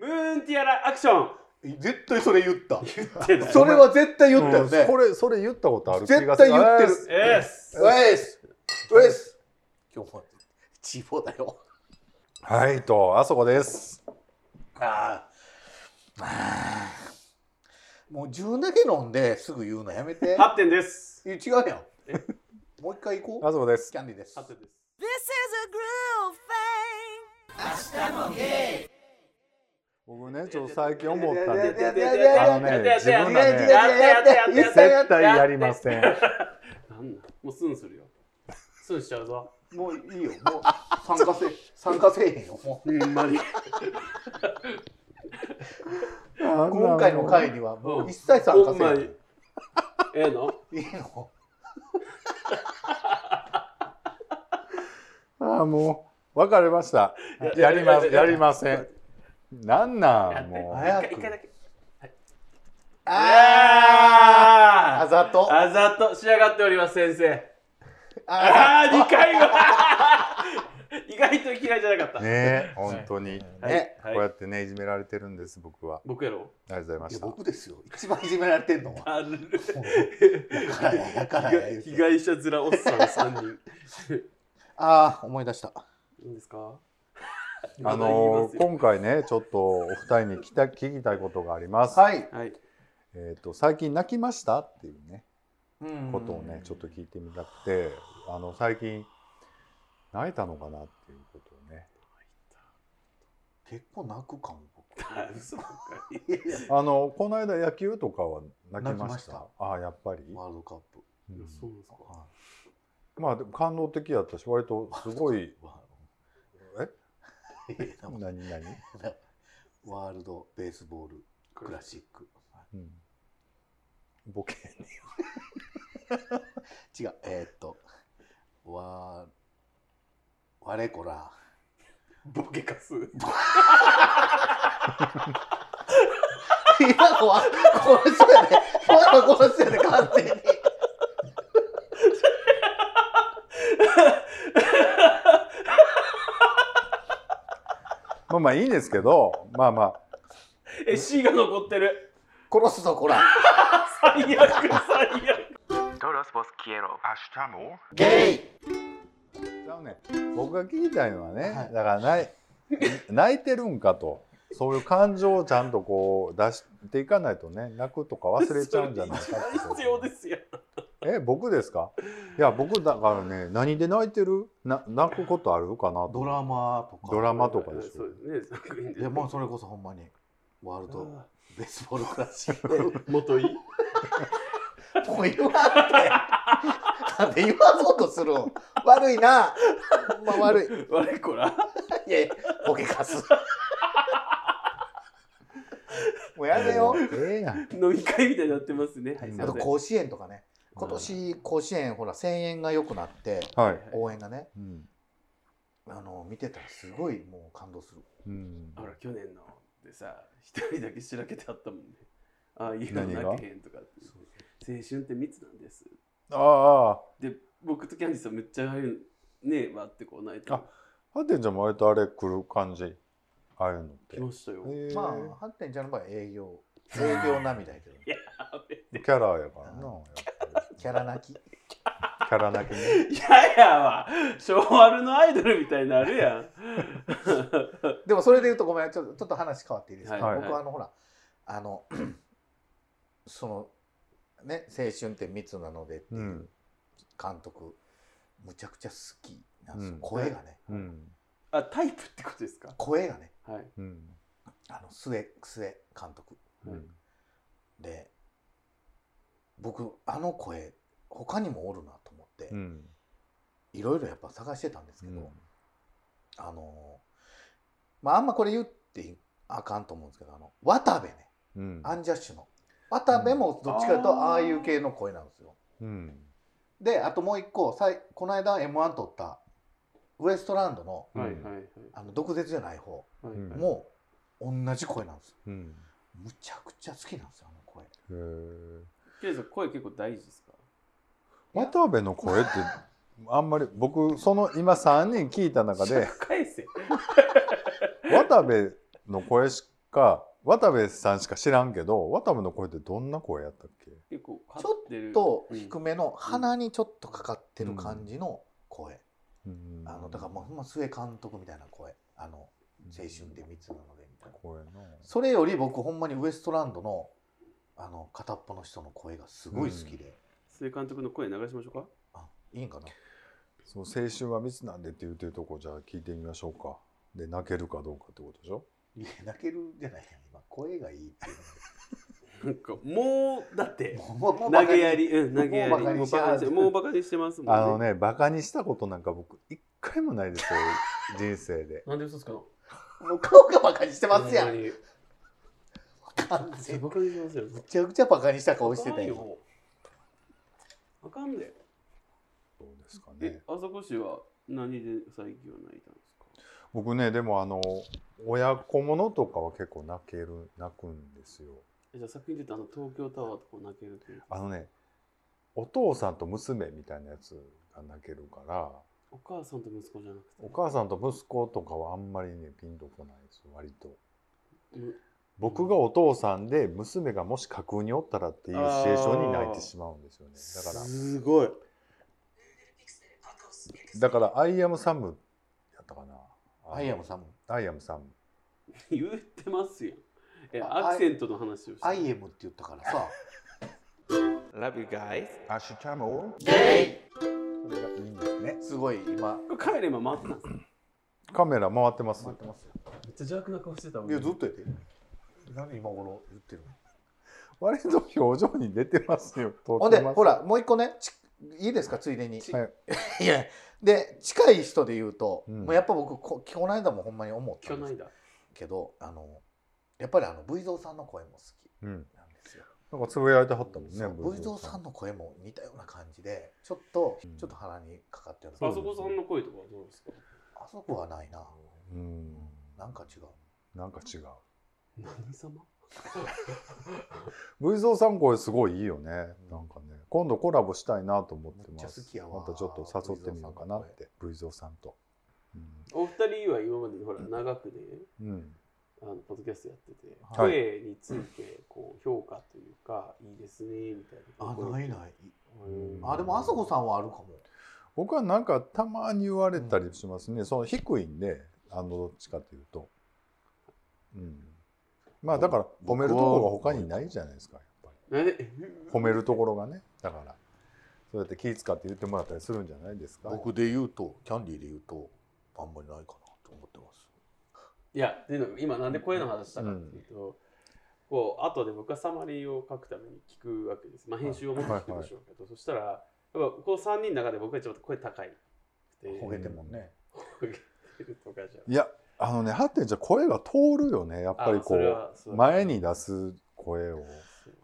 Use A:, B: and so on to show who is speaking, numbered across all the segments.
A: ーンティアラアクシ ョン
B: 絶対それ言った
A: 言ってない
B: それは絶対言ったよ
C: うん
B: ね
C: これそれ言ったことある
B: 絶対言ってる
A: エス
B: ウェイスウェイス
D: 今日も地方だよ
C: はいとあそこです
D: あーあーもう自分だけ飲んですぐ言うのやめて
A: 8点です
D: いや違うやんもう一回行こ
C: あそこで
D: う
C: す
D: キャンディーです
A: 8点です
E: This is a groove thing.
C: 僕ねちょっと最近思ったんで
A: やってやって
C: あ
A: や
C: の
A: ってや
C: ね
A: ってやって
C: 自分らね
A: やってやってやってやって
C: 絶対やりません
A: なんなんもうスンするよスンしちゃうぞ
D: もういいよもう参加 せ参加せえへんよも
A: ほんまに
D: う今回の回にはもう一切参
A: ほ
D: 加
A: ん
D: せえ
A: ま
D: へ
A: にええの
D: んいいの
C: ああもう分かりました
A: や
C: やりま
A: いやいやいや
C: やりませんなんな
A: やっ
C: ん
A: て
C: も
D: 早
C: う
D: く
A: 一回一回だけ
D: あ
A: あ
D: ざと
A: ああざと仕上がっております先生
D: あ
A: ああ2回は 意外と嫌いじゃなかった、
C: ね本当に
D: ざね
C: こうやってねいじめられてるんです僕は
A: 僕やろ
C: ありがとうご
D: い
C: ざ
D: や
C: いまし
D: 僕ですよ一番いじめられてんのは
A: ある
D: やからややからや言うて
A: 被害者面おっさん三人
D: ああ思い出した
A: いいんですか
C: た
A: ま
C: あのー
A: だ言い
C: 今回ねちょっとお二人に聞きた聞きたいことがあります
D: はい
A: ますよはい
C: えっと最近泣きましたっていうね
D: うん
C: ことをねちょっと聞いてみたくてあの最近泣いたのかなっていうことをね
D: 結構泣くかも僕
A: あ嘘ばっかり
D: いやいや
C: あのこの間野球とかは泣きま
D: 泣きま
C: し
D: したた
C: ああやっぱり、
D: ワールドカップ
C: うん
A: そうですか
C: まあでも感動的やったし割とすごい
D: えいやでも
C: 何何、
D: ワールドベースボールクラシック
C: うん、ボケ
D: 違うえーっとわ我こら
A: ボケかす
D: いやわこの人やで今のこの人やで完全に
C: まあまあいいんですけどまあまあ
A: え C が残ってる
D: 殺すぞこら
A: 最悪最悪
F: Todos vos quiero.
D: ゲイ
C: ちゃうね僕が聞きたいのはね、
D: はい
C: だから泣い泣いてるんかとそういう感情をちゃんとこう出していかないとね泣くとか忘れちゃうんじゃないか
A: それ
C: って
A: 一番必要ですよ
C: え僕ですかいや僕だからね何で泣いてるな泣くことあるかなと
D: ドラマとか
C: ドラマとかでし
A: そ
C: ょ
A: うですね作品で
D: いやもうそれこそほんまにワールド
A: あ
D: ベースボールクラシック
A: ー元い
D: もう言わんって。なんで言わそうとするん悪いな。ほんま悪い。
A: 我こら
D: いやいや、ボケかす。もうやめよう。
C: ええやん
A: 飲み会みたいになってますねはいすい
D: あ
A: ませ
D: と
A: ん
D: 甲子園とかね。今年甲子園ほら声援が良くなって
C: はい、
D: 応援がね
C: うん
D: あの見てたらすごいもう感動する
C: うん
A: ほら去年のでさ一人だけしらけてあったもんねああいうの
C: 何が
A: 泣けへんとかって青春って密なんです
C: あああ
A: で僕とキャンディーさんめっちゃああいうねえわってこう泣いて
C: あハテンちゃんも割とあれ来る感じああいうのって
A: 来ましたよ、
C: ええ
D: まあハッテンちゃんの場合は営業営業涙やけど
C: キャラやからなやっぱり
D: キャラ泣き
C: キャラ泣き ね
A: いやいやわ昭和のアイドルみたいになるやん
D: でもそれで言うとごめんちょっとちょっと話変わっていいですか、
C: はい
D: 僕はあのほらあの そのね青春って密なのでっていう
C: うん
D: 監督むちゃくちゃ好きなんですよ、
C: うん
D: 声がね
C: うん
A: あタイプってことですか
D: 声がね
A: はい
C: うん
D: あの末末監督
C: うん
D: で僕あの声他にもおるなと思って
C: うん
D: いろいろやっぱ探してたんです
C: う
D: けど、
C: ん
D: あのまああんまこれ言ってあかんと思うんですけどあの渡部ね
C: うん
D: アンジャッシュの渡部もどっちかという
A: うん
D: とああいう系の声なんですよ。
C: うん
D: であともう一個さいこの間 m 1取ったウエストランドの
C: うん
A: はいはいはい
D: あの毒舌じゃない方
A: はい、
C: うん
A: はい
D: も同じ声なんですよ。
C: うん
D: むちゃくちゃ好きなんですよあの声。
C: へえ
A: ケイさん声結構大事ですか
C: 渡部の声ってあんまり僕その今3人聞いた中で
A: 返せ
C: 渡部の声しか渡部さんしか知らんけど渡部の声ってどんな声やったっけ
A: 結構
D: ち
A: ち
D: ょっと低めの鼻にちょっとかかってる感じの声、
C: うん
D: あのだからもうほんま須江監督みたいな声あの青春で密なのでみたいな
C: 声の
D: それより僕ほんまにウエストランドのあの片っぽの人の声がすごい好きで、
A: 須江監督の声流しましょうか
D: あいいんかな
C: そう青春は密なんでって言ってるとこじゃあ聞いてみましょうかで泣けるかどうかってことでしょ
D: いや泣けるじゃないやん今声がいいっていう
A: なんかもうだって
D: のがもうもう
A: 投げやりうん
D: もう
A: 投げやりもう
D: もう馬鹿にし
A: バカにしててもうバカにしてますもんね
C: あのねバカにしたことなんか僕一回もないですよ 人生で
A: なんで嘘つくの
D: もう顔がバカにしてますや
A: ほ
D: ん
A: まに
D: 完
A: めっちゃ
D: 全に
A: バカにしてますよ
D: めちゃくちゃバカにした顔して
A: あ
D: た
A: かん
D: よ
A: よあかんで
C: どうですか
A: え
C: ね
A: あそこ氏は何で最近は泣いたんですか
C: 僕ねでもあの親子ものとかは結構泣ける泣くんですよ
A: えじゃあ作品で言うとあの東京タワーとか泣けるっていう
C: あのねお父さんと娘みたいなやつが泣けるから
A: お母さんと息子じゃなくて
C: お母さんと息子とかはあんまりねピンとこないです割と
A: うん
C: 僕がお父さんで娘がもし架空におったらっていうシチュエーションに泣いてしまうんですよねだから
A: すごい
C: だから「アイアムサム」やったかな「
D: アイアムサム
C: ム」「アイアムサム
A: 言ってますやんえ
D: あ
A: アクセントの話をして
D: アイエムって言ったからさ
A: Love you guys
B: アシュチャモ
C: これがいいんですね
D: すごい今
A: 帰れば待ってたんですよ
C: カメラ回ってます
D: 待ってますよ
A: めっちゃ邪悪な顔してたも
D: いやずっとやって何今頃言ってるの
C: 割と表情に出てますよ
D: ほ
C: ほ
D: んでほらもう一個ねちいいですかついでに、
C: はい、
D: いやで近い人で言うと、
C: うん
D: もうやっぱ僕ここの間もほんまに思っ
A: 聞
D: た
A: か
D: んで
A: ない
D: す
A: だ
D: けどあのやっぱりあの V 蔵さんの声も好き
C: うん、
D: なんですよ。
C: なんかつぶやいてはったもんね
D: そう V 蔵さんの声も似たような感じでちょっと、
C: うん
D: ちょっと鼻にかかってる
A: あそこさんの声とかはどうですか
D: あそこはないな
C: うん
D: なんか違う
C: なんか違う
A: 何様
C: V 蔵さん声すごいいいよねなんかね今度コラボしたいなと思ってます
D: めっちゃ好きやわ
C: またちょっと誘ってみようかなって V 蔵さんと
A: お二人は今までほら長くね
C: うん、うん
A: あのポッドキャストやってて、
C: はい
A: 声についてこう評価というかいいですねみたいな
D: あないない
A: うん
D: あでもあそこさんはあるかも
C: 僕はなんかたまに言われたりしますね、その低いんであのどっちかというと、うん、まあだから褒めるところが他にないじゃないですかやっぱ
A: え
C: り褒めるところがねだからそうやって気使って言ってもらったりするんじゃないですか
D: 僕で言うとキャンディーで言うとあんまりないかなと思ってます
A: いやでも今なんで声の話したかっていうと、こう後で僕はサマリーを書くために聞くわけです、まあ、編集をもっと聞くでしょうけど、そしたらやっぱこう3人の中で僕はちょっと声高いくて
D: ほげてもんね
A: ほげてるとかじゃ
C: いやあのねハッテンちゃん声が通るよねやっぱりこう
A: う
C: 前に出す声を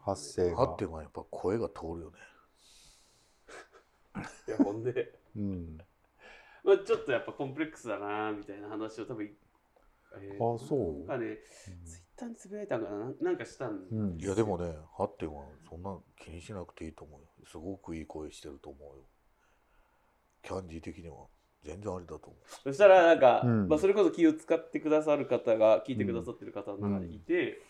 C: 発声
D: あ
C: が
D: って、はやっぱ声が通るよね
A: いやほんで
C: うん、
A: まあ、ちょっとやっぱコンプレックスだなみたいな話を多分、え
C: あ
A: ー
C: そう
A: なんかねツイッターにつぶやいたんかななんなんかしたん
C: うんうん
D: いやでもねハッテンはそんな気にしなくていいと思うよすごくいい声してると思うよキャンディー的には全然あれだと思う
A: そしたらなんか、
C: うん
A: まあ、それこそ気を使ってくださる方が聞いてくださってる方の中にいて、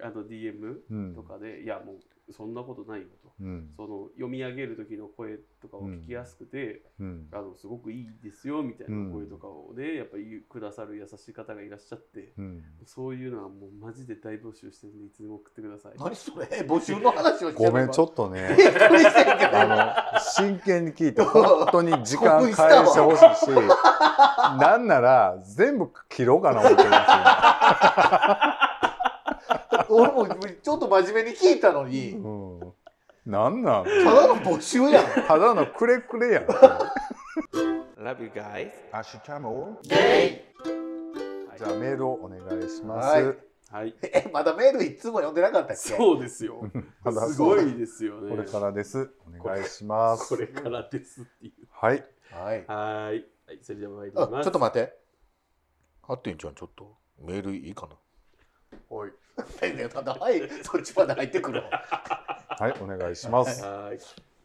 A: あの DM
C: うん
A: とかで、いやもうそんなことないよと
C: うん
A: その読み上げる時の声とかを聞きやすくて、
C: うん
A: あのすごくいいですよみたいな声
C: うん
A: とかをで、やっぱりくださる優しい方がいらっしゃって
C: うん
A: そういうのはもうマジで大募集してるんでいつでも送ってください。
D: 何それ募集の話をして
C: ごめんちょ
D: っ
C: っと ね
D: びっくりしてんけど
C: あの真剣に聞いて本当に時間返してほしいしなんなら全部切ろうかな思ってま
D: 俺もちょっと真面目に聞いたのに、
C: す、ようん、なんなん
D: ただの募集やん
C: ただのくれくれやん
A: Love you guys!
B: アシュチャモ
C: じゃあメールをお願いします、
D: はい
A: はい、
D: えまだメールいつも読んでなかったっけ
A: そうですよ。
C: まだ
A: すごいですよね。
C: これからですお願いします
A: これからですっていう。
C: はい
D: はい
A: はーい。はい、それでは参り
D: あ
A: ます。
D: ちょっと待ってハッテンちゃんちょっとメールいいかな
A: おい。
D: えただはい そっちまで入ってくる
C: はいお願いします
A: はーい。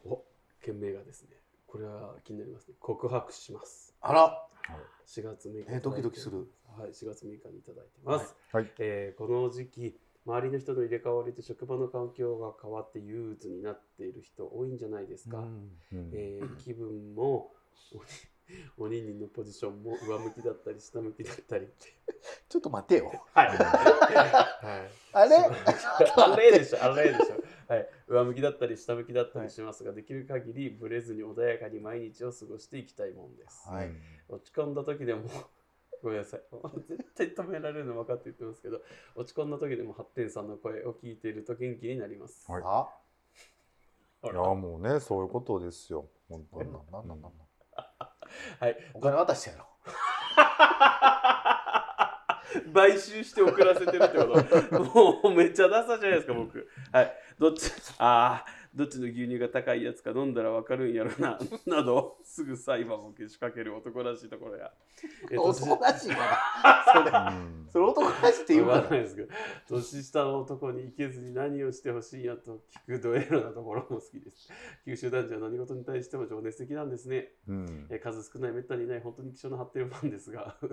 A: お、件名がですね。これは気になりますね。告白します。
D: あら
A: 4月6日いただいて
D: えドキドキする
A: はい4月6日にいただいてます、
C: はい
A: えーこの時期周りの人の入れ替わりと職場の環境が変わって憂鬱になっている人多いんじゃないですか、
C: うん
A: えー気分も鬼人のポジションも上向きだったり下向きだったり
D: ちょっと待てよ。
A: はい、はい
D: あれ
A: あれでしょ、あれでし ょ。はい、上向きだったり下向きだったりしますが、できる限りブレずに穏やかに毎日を過ごしていきたいもんです。
C: はい
A: 落ち込んだ時でも ごめんなさい絶対止められるの分かって言ってますけど落ち込んだ時でもハッテンさんの声を聞いていると元気になります、
C: はい
D: あ
A: ほ
C: い
A: ら
C: や
A: は
C: もうねそういうことですよ本当
D: なん
C: に
D: なんなんなんなん
A: い、
D: お金渡してやろ。
A: 買収して送らせてるってこともうめっちゃダサじゃないですか僕はいどっちあーどっちの牛乳が高いやつか飲んだらわかるんやろななどすぐ裁判をけしかける男らしいところや、え
D: 男らしいから。
C: うん
D: それ男らしいって言う
A: わ
D: か
A: からな。いですけど年下の男に行けずに何をしてほしいやと聞くドエロなところも好きです九州男女は何事に対しても情熱的なんですね
C: うん
A: えー数少ないめったにいない本当に希少な発展ファンですが 分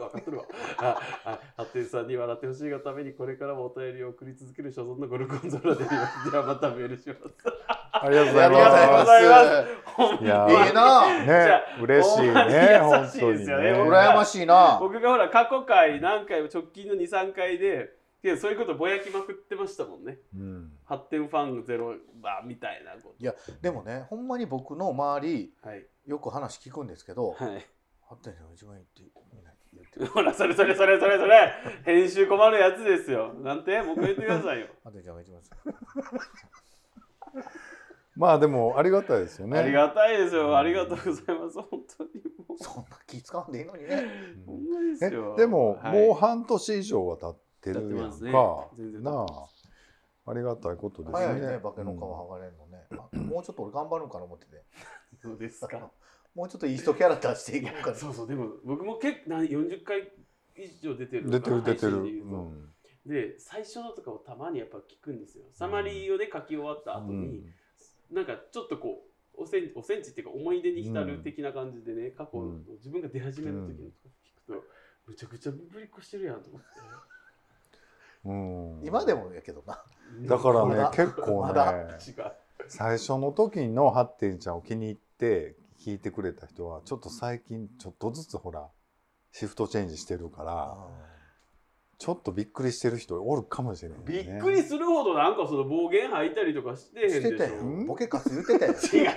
A: かってるわ ああ発展さんに笑ってほしいがためにこれからもお便りを送り続ける所存のゴルゴンゾーラでい ますではまたメールします
C: ありがとうご
D: あ
C: ざい
D: りがとうご
A: ほ
D: ざい
C: ま
A: んま
C: いや
D: ます。ええな。
C: すね嬉しいね
A: ほんまに
C: 本
A: 優しい
C: 当
A: で
C: に
A: す
C: ね
A: よね
D: 羨ましいな。
A: 僕がほら過去回何回も直近の23回ででそういうことぼやきまくってましたもんね
C: うん
A: 発展ファンゼロだみたいなこ
D: でもね、ほんまに僕の周り
A: とはい
D: よく話聞くんですけど、
A: はい
D: ハッテンさんが一番いいってみんな言ってる。
A: ほらそれそれそれそれそれ編集困るやつですよなんて僕言ってくださいよ
D: ハッテンちゃんが一番いいです。
C: まあでもありがたい ですよね
A: ありがたいですよありがとうございます本当にもう
D: そんな気使わんでいいのにね。
A: ほんまです
C: え
A: よ
C: でも、
A: はい
C: もう半年以上は経ってる
A: 経っ
C: や
A: てま
C: ん
A: すね
C: か、
A: 全然経って
C: な
A: ま
C: あありがたいことですね。
D: 早いね、化けの皮剥がれるのね。あもうちょっと俺頑張るんかな思ってて。
A: そうですか
D: もうちょっといい人キャラ出していこうかな。
A: そうそうでも僕も結構40回以上出て
C: う
A: る
C: ん
A: のか
C: 出てる
A: な
C: 出て
A: 配
C: る。
A: 信で言う
C: う
A: と
C: ん
A: で最初のとかをたまにやっぱ聞くんですよサマリーをね書き終わった後
C: う
A: に、
C: ん
A: なんかちょっとこうおせんおせんちっていうか思い出に浸る的な感じでね過去の自分が出始める時のとか聞くとむちゃくちゃぶりっこしてるやんと思って
C: うん
D: 今でもやけどな。
C: だから
D: ま
C: ね
D: だ
C: 結構
D: ま
C: ね、
D: だ
A: 違う
C: 最初の時のハッテンちゃんを気に入って聞いてくれた人はちょっと最近ちょっとずつほらシフトチェンジしてるからちょっとびっくりしてる人おるかもしれない、ね。
A: びっくりするほどなんかその暴言吐いたりとかしてへんでし
D: し
A: ょ
D: てたよ。ボケカス言っ てたよ。
A: 違う違う違う。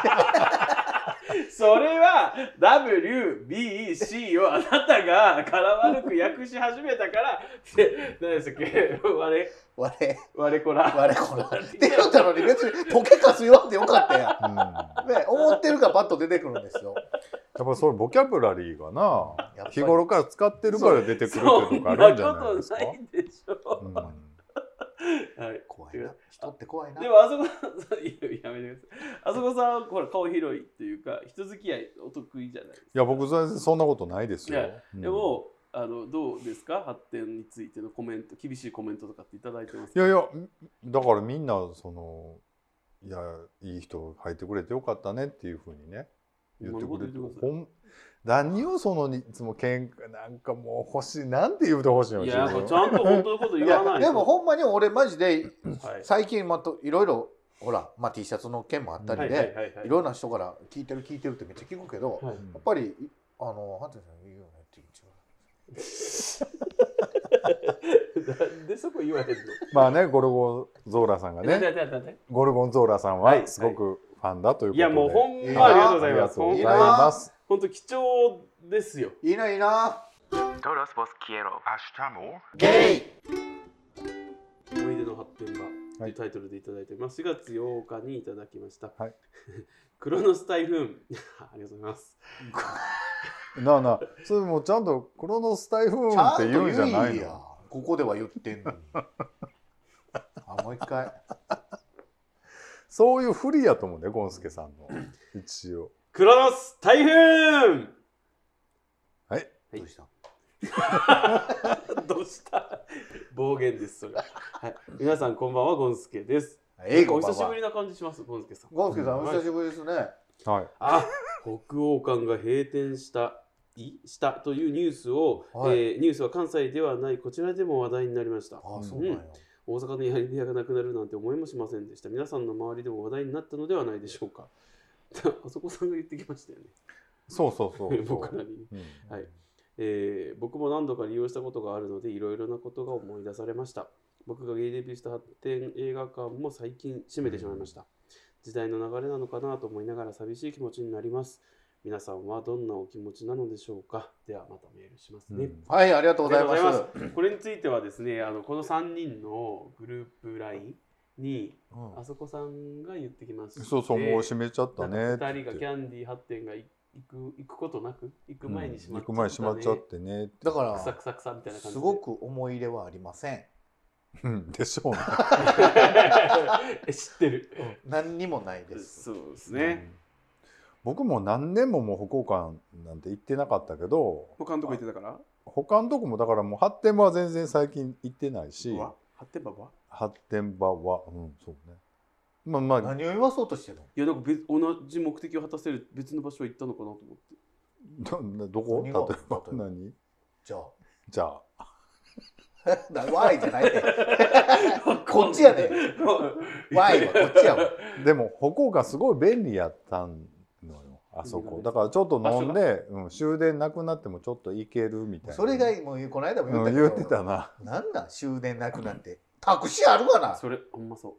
A: それは WBC をあなたが柄悪く訳し始めたからって何でしたっけ 我
D: 我々。
A: 我こら
D: 我こらって言うたのに別にボケかす言わんでよかったや
C: うん。や
D: ん。ね、思ってるからパッと出てくるんですよ。
C: っぱそういうボキャブラリー がな
D: やっぱり
C: 日頃から使ってるから出てくるっていうのがあるんじゃないですか。
A: そんなことないでしょ、
C: うん
A: はい、
D: 怖いな。人って怖いな
A: で。もあそこさんいややめてくださいあそこさんはほら顔広いっていうか人付き合いお得意じゃないですか
C: いや僕全然そんなことないです
A: い
C: よ
A: や。
C: うん
A: でもあのどうですか発展についてのコメント厳しいコメントとかっていただいてます
C: い
A: か
C: やいやだからみんなそのいやいい人入ってくれてよかったねっていうふうにね言ってくれて
A: ほんまに言ってくださ
C: ほ
A: い
C: ん何をそのいつも喧嘩なんかもう欲しいなんて言うてほしいの
A: いや
C: 自
A: これ
C: 分
A: ちゃんと本当のこと
D: い
A: 言わない
D: や
A: と
D: でもほんまに俺マジで
A: はい
D: 最近またいろいろほら、まあ、T シャツの件もあったりで
A: はいはい
D: ろいろな人から聞いてる聞いてるってめっちゃ聞くけど、
A: はい
D: やっぱりあのハンテンさんいいよねって一番。
A: なんでそこ言わへんの
C: まあねゴルゴンゾーラさんが
A: なんで
C: ね
A: なんでなんで
C: ゴルゴンゾーラさん
A: は
C: はいすごくファンだということ
A: い
C: で、
A: やもうほん
D: いい
A: ま
D: な
A: ありがとうございます
C: あ
A: ほ
C: り
A: ん
C: がとうござい
A: ま
C: ます
A: 本当貴重ですよ
D: いいないいな。
B: Todos vos quiero. Hasta more.
D: ゲイ。
A: 思い出の発展場と
C: はい
A: いうタイトルでいただいております、4月8日にいただきました、
C: はい
A: クロノス台風ありがとうございます
C: なあなあそれもうちゃんとクロノスタイフーンって言うんじゃない
D: や
C: の
D: ここでは言って んのに。あもう一回。
C: そういうふりやと思うねゴンスケさんの一応
A: クロノス台風
C: はい
A: はい
D: どうした？
A: どうした暴言ですそれは、はい、皆さんこんばんはゴンスケです
D: えい
A: お
D: こんばん
A: 久し
D: は
A: ぶり。な感じしますゴンスケさん
D: ゴンスケさんお
A: はい
D: 久しぶりですね。
C: はい。
A: あ北欧館が閉店したいしたというニュースを、
D: はい
A: えーニュースは関西ではないこちらでも話題になりました
D: ああ、そうなんや。
A: 大阪のやり部屋がなくなるなんて思いもしませんでした皆さんの周りでも話題になったのではないでしょうか あそこさんが言ってきましたよね
C: そうそうそう
A: 僕らに、
C: うん
A: はいえー僕も何度か利用したことがあるのでいろいろなことが思い出されました僕がゲイデビューした発展映画館も最近閉めてしまいました時代の流れなのかなと思いながら寂しい気持ちになります皆さんはどんなお気持ちなのでしょうかではまたメールしますね、
C: うん
D: はい、ありがとうござい
A: あ
D: ま
A: り
D: す。
A: がとうございますこれについてはですねあのこの3人のグループ LINE に
D: うん
A: あそこさんが言ってきました
C: そうそう、もう閉めちゃったね
A: 2
C: っ
A: 人
C: て言って。
A: がキャンディー発展が行く行くことなく行く前にしまっち
C: うん行く
A: ゃ
C: 前
A: っ
C: 閉ま
A: た
C: っちゃ
A: ね
C: ってねって。
D: だか
A: くさ
D: ら、
A: くさくさみたいな感じ
D: すごく思い入れはありません。
C: うんでしょうね。
A: え知ってる
D: 何にもないです。
A: そうです ね
C: 僕も何年ももう北欧館なんて行ってなかったけど
F: 他のとこ行ってたから
C: 他のとこもだからもう発展場は全然最近行ってないし
F: うわ発展場は
C: 発展場はうんそうねまあまあ
D: 何を言わそうとしてるの
A: いやなんか別同じ目的を果たせる別の場所行ったのかなと思って
C: どどこ例
D: 何
C: え
D: が
C: ば
D: 例えば
C: 何
D: じゃ
C: じゃあ
D: あ。 なわーいじゃないね。 こっちやで。 わーいはこっちやもん。
C: でも歩行がすごい便利やったのよあそこだからちょっと飲んで、うん、終電なくなってもちょっと行けるみたいな
D: それがもうこの間も言っ
C: う
D: た
C: ん
D: け
C: 言
D: ど、
C: ってたな
D: なんなん終電なくなってタクシーあるかな
A: それほんまそ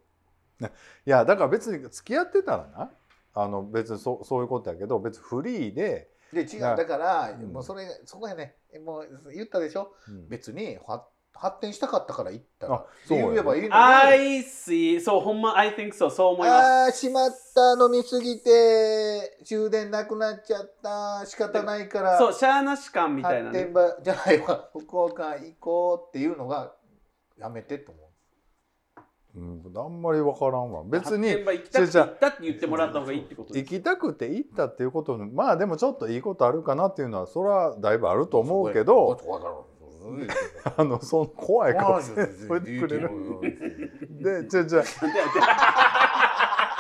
C: いやだから別に付き合ってたらなあの別にそそういうことやけど別にフリーで、
D: で違う
C: な
D: だから、
C: うん
D: もうそれそこやねもう言ったでしょ
C: うん
D: 別には発展したかったから行ったら
C: あ
D: って
C: そうや
D: 言えばいいの
A: う
D: に
A: I see そうほんま I think so そう思います
D: あーしまった飲みすぎて終電なくなっちゃった仕方ないから
A: そうシャーなし感みたいな
D: 発
A: ね
D: 展場じゃないわ福岡行こうっていうのがやめてと思う
C: うん、あんまり分からんわ別に
A: 発展場行きたくて
C: じゃ
A: 行
C: あ
A: ったって言ってもらった方がいいってことで
C: 行
A: す
C: きたくて行ったっていうことのまあでもちょっといいことあるかなっていうのはそれはだいぶあると思うけ
D: そ
C: ど
D: こやそこやから
C: あのその怖い顔してそれてくれるでじゃあ じゃあ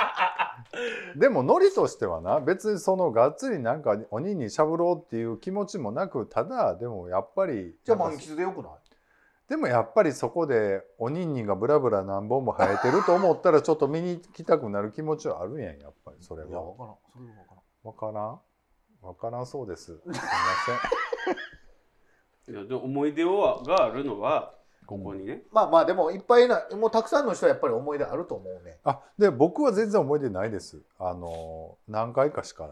C: でもノリとしてはな別にそのがっつりなんか鬼にしゃぶろうっていう気持ちもなくただでもやっぱり
D: じゃあ満喫でよくない
C: でもやっぱりそこで鬼にがブラブラ何本も生えてると思ったらちょっと見に行きたくなる気持ちはあるんやんやっぱりそれ
D: いや
C: は
D: 分からんそれは分からん
C: わからんわからんそうですすい ま
A: いやでも思い出をがあるのはここにね
D: まあまあでもいっぱいなもうたくさんの人はやっぱり思い出あると思うね
C: せんあで僕は全然思い出ないですあの何回かしか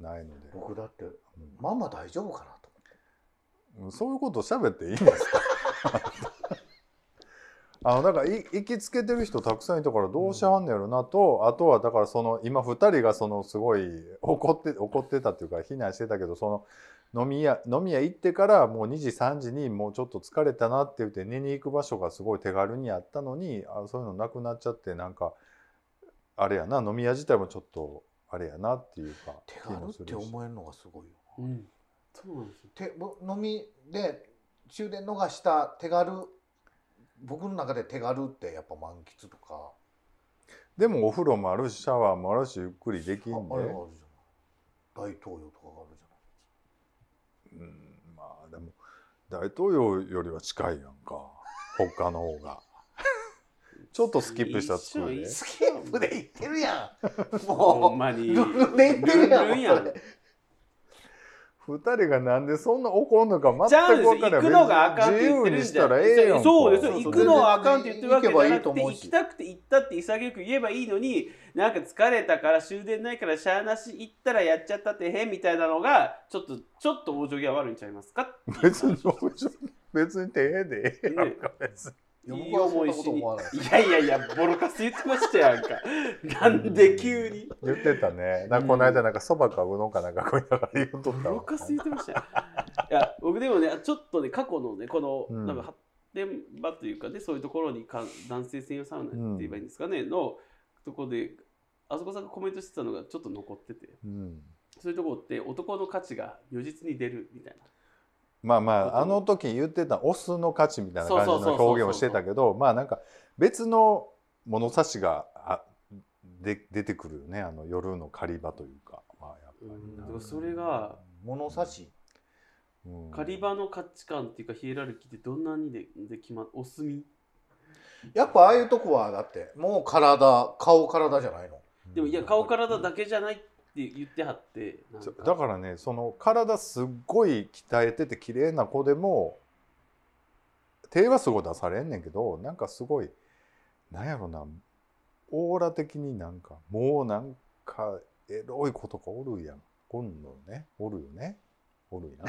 C: ないので、
D: 僕だってママ大丈夫かなと
C: うんそういうこと喋っていいんですか あのだからい行きつけてる人たくさんいたからどうしはんねやろなと、あとはだからその今2人がそのすごい怒って怒ってたっていうか非難してたけどその飲み屋飲み屋行ってからもう2時3時にもうちょっと疲れたなって言って寝に行く場所がすごい手軽にあったのにあそういうのなくなっちゃってなんかあれやな飲み屋自体もちょっとあれやなっていうか
D: 手軽って思えるのがすごいよ
A: うんそうなんですよ
D: 手ぼ飲みで終電逃した手軽僕の中で手軽ってやっぱ満喫とか
C: でもお風呂もあるしシャワーもあるしゆっくりでき
D: あ
C: ん
D: あ
C: で
D: れ。があるじゃない大東洋とかがあるじ
C: うんまあでも大統領よりは近いやんか他の方 がちょっとスキップしたらつく
A: 一緒
C: で
A: 一緒
D: ゃないスケープで行ってるや ん
A: ほ
D: も
A: んまに
D: うルンルンで行ってるやん
A: ルンルンやん
D: それ
C: 二人がなんでそんな怒んのか
A: ちゃう
C: 全
A: ん
C: く
A: ですよ行く
C: 分からん
A: のがあかんって
C: 自
A: 言っ
C: 由
A: てる
C: に
A: ん
C: し
A: じゃ
C: た
A: ん
C: らええやんか
A: そうですよ
D: そう
A: 行
D: そう
A: くのはあかんって言ってるわけじゃな
D: 行けばいいと
A: くて
D: 思う
A: 行
D: し
A: きたくて行ったって潔く言えばいいのになんか疲れたから終電ないからしゃあなし行ったらやっちゃったってへんみたいなのがちょっとちょっと往生際悪いんちゃいますかっていう
C: 別に別に手でええやんか別に
D: いや
A: いい
D: 僕はそ
A: 思
D: んないこ
A: し
D: と
A: に
D: 思わない
A: いやいやいやボロカス言ってましたやんかなんで急に
C: 言ってたねだからこの間なんかそばかうどんかなんかこう言いながら言うとった
A: ボ
C: わ
A: ロカス言ってましたよ いや僕でもねちょっとね過去のねこの、
C: うん
A: なんか発展場というかねそういうところにか男性専用サウナって言えばいいんですかね、のとこであそこさんがコメントしてたのがちょっと残ってて
C: うん
A: そういうところって男の価値が如実に出るみたいな
C: まあまああの時言ってたオスの価値みたいな感じ
A: そうそうそう
C: の
A: そう
C: 表現をしてたけどまあなんか別の物差しがあで出てくるよねあの夜の狩り場というか。
A: うんだからそれが
D: 物差し
C: うん
A: 狩り場の価値観っていうかヒエラルキーってどんなにでで決まお墨
D: やっぱああいうとこはだってもう体顔体じゃないの
A: でもいや顔体だけじゃないって言ってはってなん
C: ちょだからねその体すっごい鍛えてて綺麗な子でも手はすごい出されんねんけどなんかすごいなんやろなオーラ的になんかもうなんかエロい子とかおるやんおんのねおるよねおるやん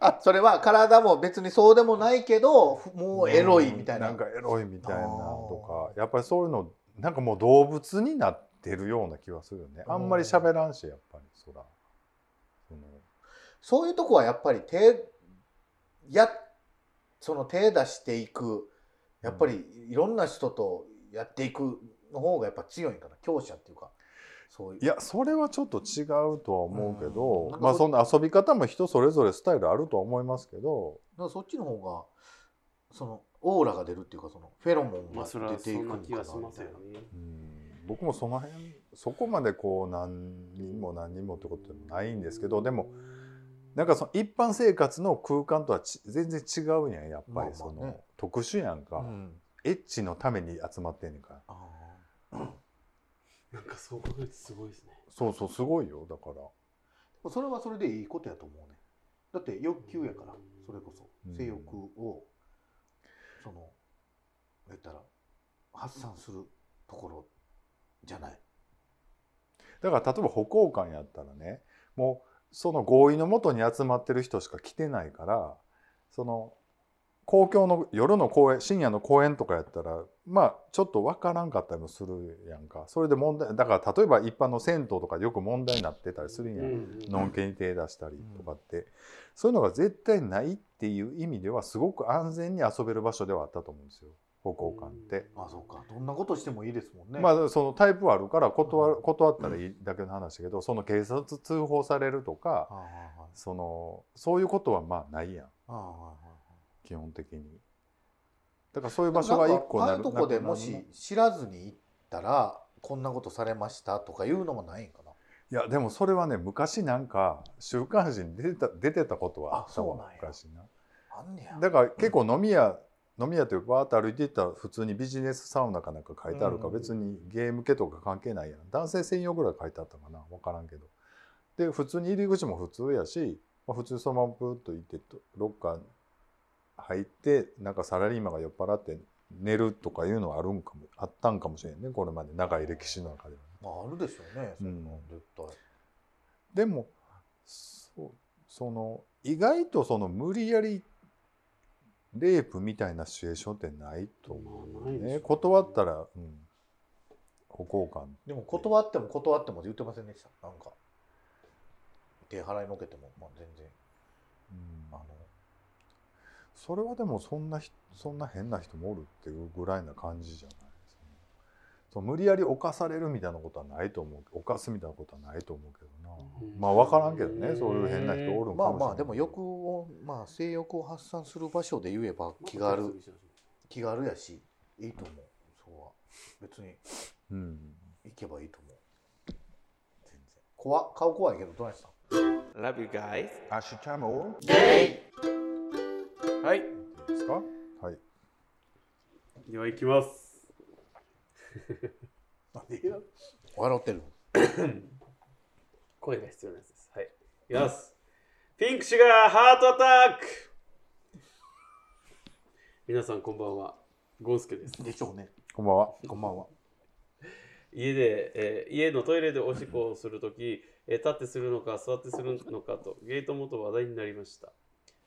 D: あそれは体も別にそうでもないけどふもうエロいみたいな,、
C: なんかエロいみたいなとかやっぱりそういうのなんかもう動物になってるような気はするよねあんまり喋らんしやっぱりそらその
D: そういうとこはやっぱり手やその手出していくやっぱりいろんな人とやっていくの方がやっぱ強いんかな強者っていうかそういう
C: いやそれはちょっと違うとは思う
D: う
C: け
D: んな
C: ど
D: んか
C: まあそんな遊び方も人それぞれスタイルあるとは思いますけど
D: だからそっちの方がそのオーラが出るっていうかそのフェロモン
A: ま
D: が
A: あそれは
D: 出
A: そ
D: ていく
A: んな
D: のかなみ
A: 気がします
D: たい
A: よ
D: な
A: ね
C: うん僕もその辺そこまでこう何人も何人もってことでもないんですけどでもなんかその一般生活の空間とはち全然違うやんやっぱりそ
D: まあまあね
C: の特殊やん
G: う
C: か
G: ん
C: エッチのために集まってんねんから
D: あー
A: なんかそう考えるとすごいですね
C: そうそうすごいよだから
D: それはそれでいいことやと思うねだって欲求やからそれこそ
C: うん
D: 性欲をその言ったら発散するところじゃない
C: だから例えば歩行館やったらねもうその合意のもとに集まってる人しか来てないからその公共の夜の公園深夜の公園とかやったらまあちょっと分からんかったりもするやんかそれで問題だから例えば一般の銭湯とかでよく問題になってたりするんやん、のんけに手出したりとかって、そういうのが絶対ないっていう意味ではすごく安全に遊べる場所ではあったと思うんですよ歩行館って。
D: まあそうかどんなことしてもいいですもんね、
C: まあそのタイプはあるから断る断ったらいいだけの話だけどその警察通報されるとか
D: あはいはい
C: そのそういうことはまあないやん
D: あはいはい
C: 基本的にだからそういう
D: な
C: 場
D: ん
C: 所が
D: か
C: 一個
D: あ
C: な
D: あい
C: る
D: うとこで
C: なくな
D: も
C: る
D: し
C: い
D: 知らずに行ったらこんなことされましたとかいうのもないんかな
C: やでもそれはね昔なんか週刊誌に出てた出てたことはあった
D: あそ
C: わ
D: うなんや
C: 昔な
D: あんねや
C: だから結構飲み屋、飲み屋というかバーッと歩いていったら普通にビジネスサウナかなんか書いてあるか、
D: うん
C: 別にゲーム系とか関係ないやん男性専用ぐらい書いてあったかな分からんけどで普通に入り口も普通やし、まあ、普通にそのままプーッと行ってロッカー入ってなんかサラリーマンが酔っ払って寝るとかいうのはあるんかもあったんかもしれんねこれまで長い歴史の中では。
D: まああるでしょうねそんな
C: うん
D: 絶対、
C: でもそその意外とその無理やりレイプみたいなシチュエーションってないと思
A: まあ
C: う
A: ない
C: ね、
A: でしょうね
C: 断ったら、うん、歩行感
D: でも断っても断っても言ってませんでしたなんか手払いのけても、まあ、全然
C: うん
D: あの
C: それはでもそんなひそんな変な人もおるっていうぐらいな感じじゃないですねその無理やり犯されるみたいなことはないと思う犯すみたいなことはないと思うけどな、
A: うん
C: まあ分からんけどね、
A: うん
C: そういう変な人おるんか
D: ま
C: もしれない
D: あまあでも欲をまあ性欲を発散する場所で言えば気軽気軽やしいいと思うそうは別に
C: うん
D: 行けばいいと思う全然怖っ顔怖いけどどないしたん
H: Love you guys. 明日も
A: はい
C: ですかはい
A: では行きます
D: 笑ってる
A: 声が必要なやつですはい行きますピンクシュガーハートアタック皆さんこんばんはゴンスケです
D: でしょうね
C: こんばんは
D: こんばんは
A: 家で、えー家のトイレでおしっこをするとき、えー立ってするのか座ってするのかとゲート元話題になりました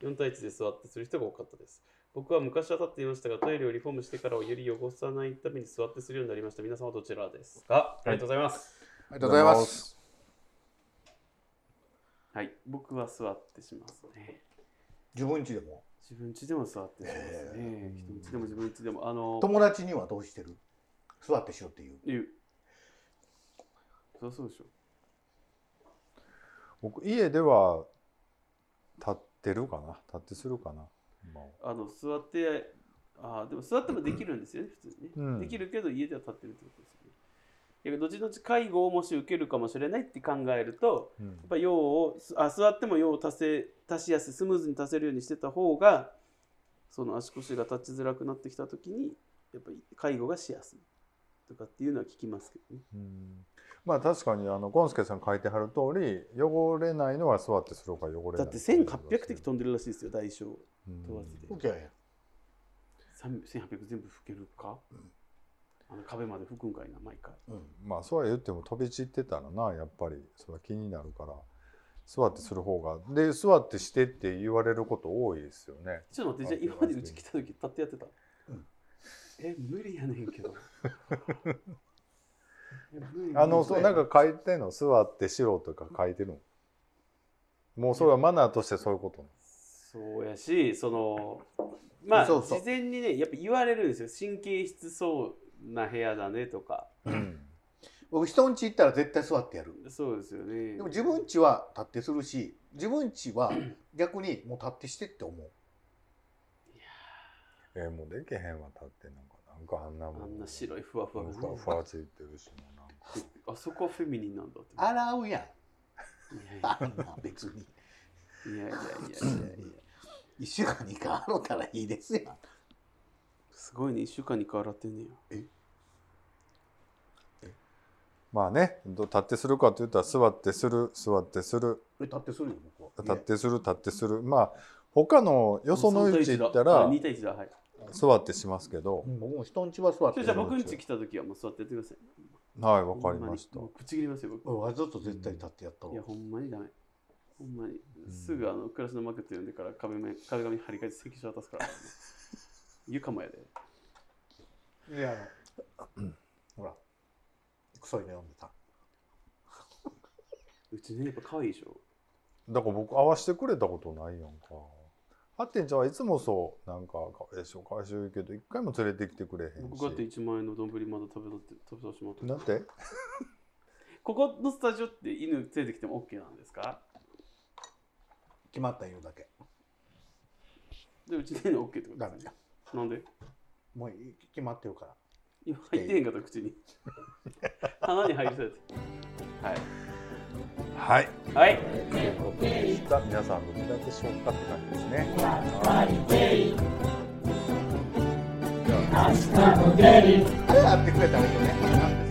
A: 4対1で座ってする人が多かったです僕は昔は立っていましたがトイレをリフォームしてからはより汚さないために座ってするようになりました皆様どちらですかありがとうございます
D: ありがとうございます
A: はい、僕は座ってしますね
D: 自分家でも
A: 自分家でも座ってしますね、人ん家でも自分家でもあの
D: 友達にはどうしてる座ってしようっていう
A: 言うそりゃそうでしょ
C: 僕家では立ってるかな立ってするかな、まあ
A: あの座ってあーでも座ってもできるんですよね普通にね、
C: うん
A: できるけど家では立ってるってことですよねや後々介護をもし受けるかもしれないって考えると
C: うん
A: やっぱ用をすあ座っても用を足せ足しやすいスムーズに足せるようにしてた方がその足腰が立ちづらくなってきた時にやっぱり介護がしやすいとかっていうのは聞きますけどね。
C: うんまあ確かにあのゴンスケさん書いてはる通り汚れないのは座ってするから汚れな
A: だ
C: い
A: って1800滴飛んでるらしいですよ大小
C: うん
A: 問わずで。
D: いやいや
A: 3 1800全部拭けるか、あの壁まで拭くんかいな毎回
C: まあそうは言っても飛び散ってたらなやっぱりそれは気になるから座ってする方がで座ってしてって言われること多いですよね
A: ちょっと待ってじゃあ今までうち来た時立ってやってた、え無理やねんけ どえ無理
C: あのそうなん
A: か
C: か書いてんの座ってしろとか書いてるのもうそれはマナーとしてそういうこと
A: そうやしそのまあ
D: そうそう
A: 事前にねやっぱ言われるんですよ神経質そうな部屋だねとか
D: 僕人ん家行ったら絶対座ってやる
A: そうですよね
D: でも自分家は立ってするし自分家は逆にもう立ってしてって思う
C: えーもうできへんわ立ってなんかなんかあんなも
A: あん
C: ん
A: な白いふわふわが
C: ふわふわついてるしな
A: あそこはフェミニンなんだって
D: 洗うやん
A: いやいや
D: あんな 別に
A: いやいやいやいやいや
D: 1週間に回ろうたらいいですやん
A: すごいね1週間に変わらってんねや
C: まあねど立ってするかって言ったら座ってする座ってする
D: え立ってするよ僕
C: 立
D: は
C: ってする立ってするまあ他のよそのうち行ったら
A: 2対1だはい
C: 座ってしますけど
D: うん僕も人ん家は座っ
A: じ
D: て
A: ゃあ
D: る
A: じゃあ僕ん家来た時はもう座ってやってください
C: はいわかりました
A: ほんにもうぶち切りますよ僕
D: うんわざと絶対立ってやった
A: いや
D: わ
A: ほんまにダメほんまにすぐあの暮らしのマーケット読んでから壁紙壁紙張り替えて席書渡 すから床もやで
D: いやあのほら臭いの読んでた
A: うちねやっぱ可愛いでしょ
C: だから僕合わせてくれたことないやんかハッテンちゃんはいつもそうなんかかわいそうかわいそう言うけど一回も連れてきてくれへんし
A: 僕だって1万円の丼まだ食べさせて食べさせてもら
C: な
A: っ
C: ん
A: て
C: て
A: ここのスタジオって犬連れてきても OK なんですか
D: 決まった言うだけ
A: でうちの犬 OK ってこと
D: ダ
A: で
D: メ
A: す
D: だ
A: ねなんで
D: もうい決まってるから
A: 今入ってへんかった口 に鼻に入りそうやったはい
C: はい
A: はい
C: ということでした皆さんどちらでしょうかって感じですね
D: あれやってくれたらいいよね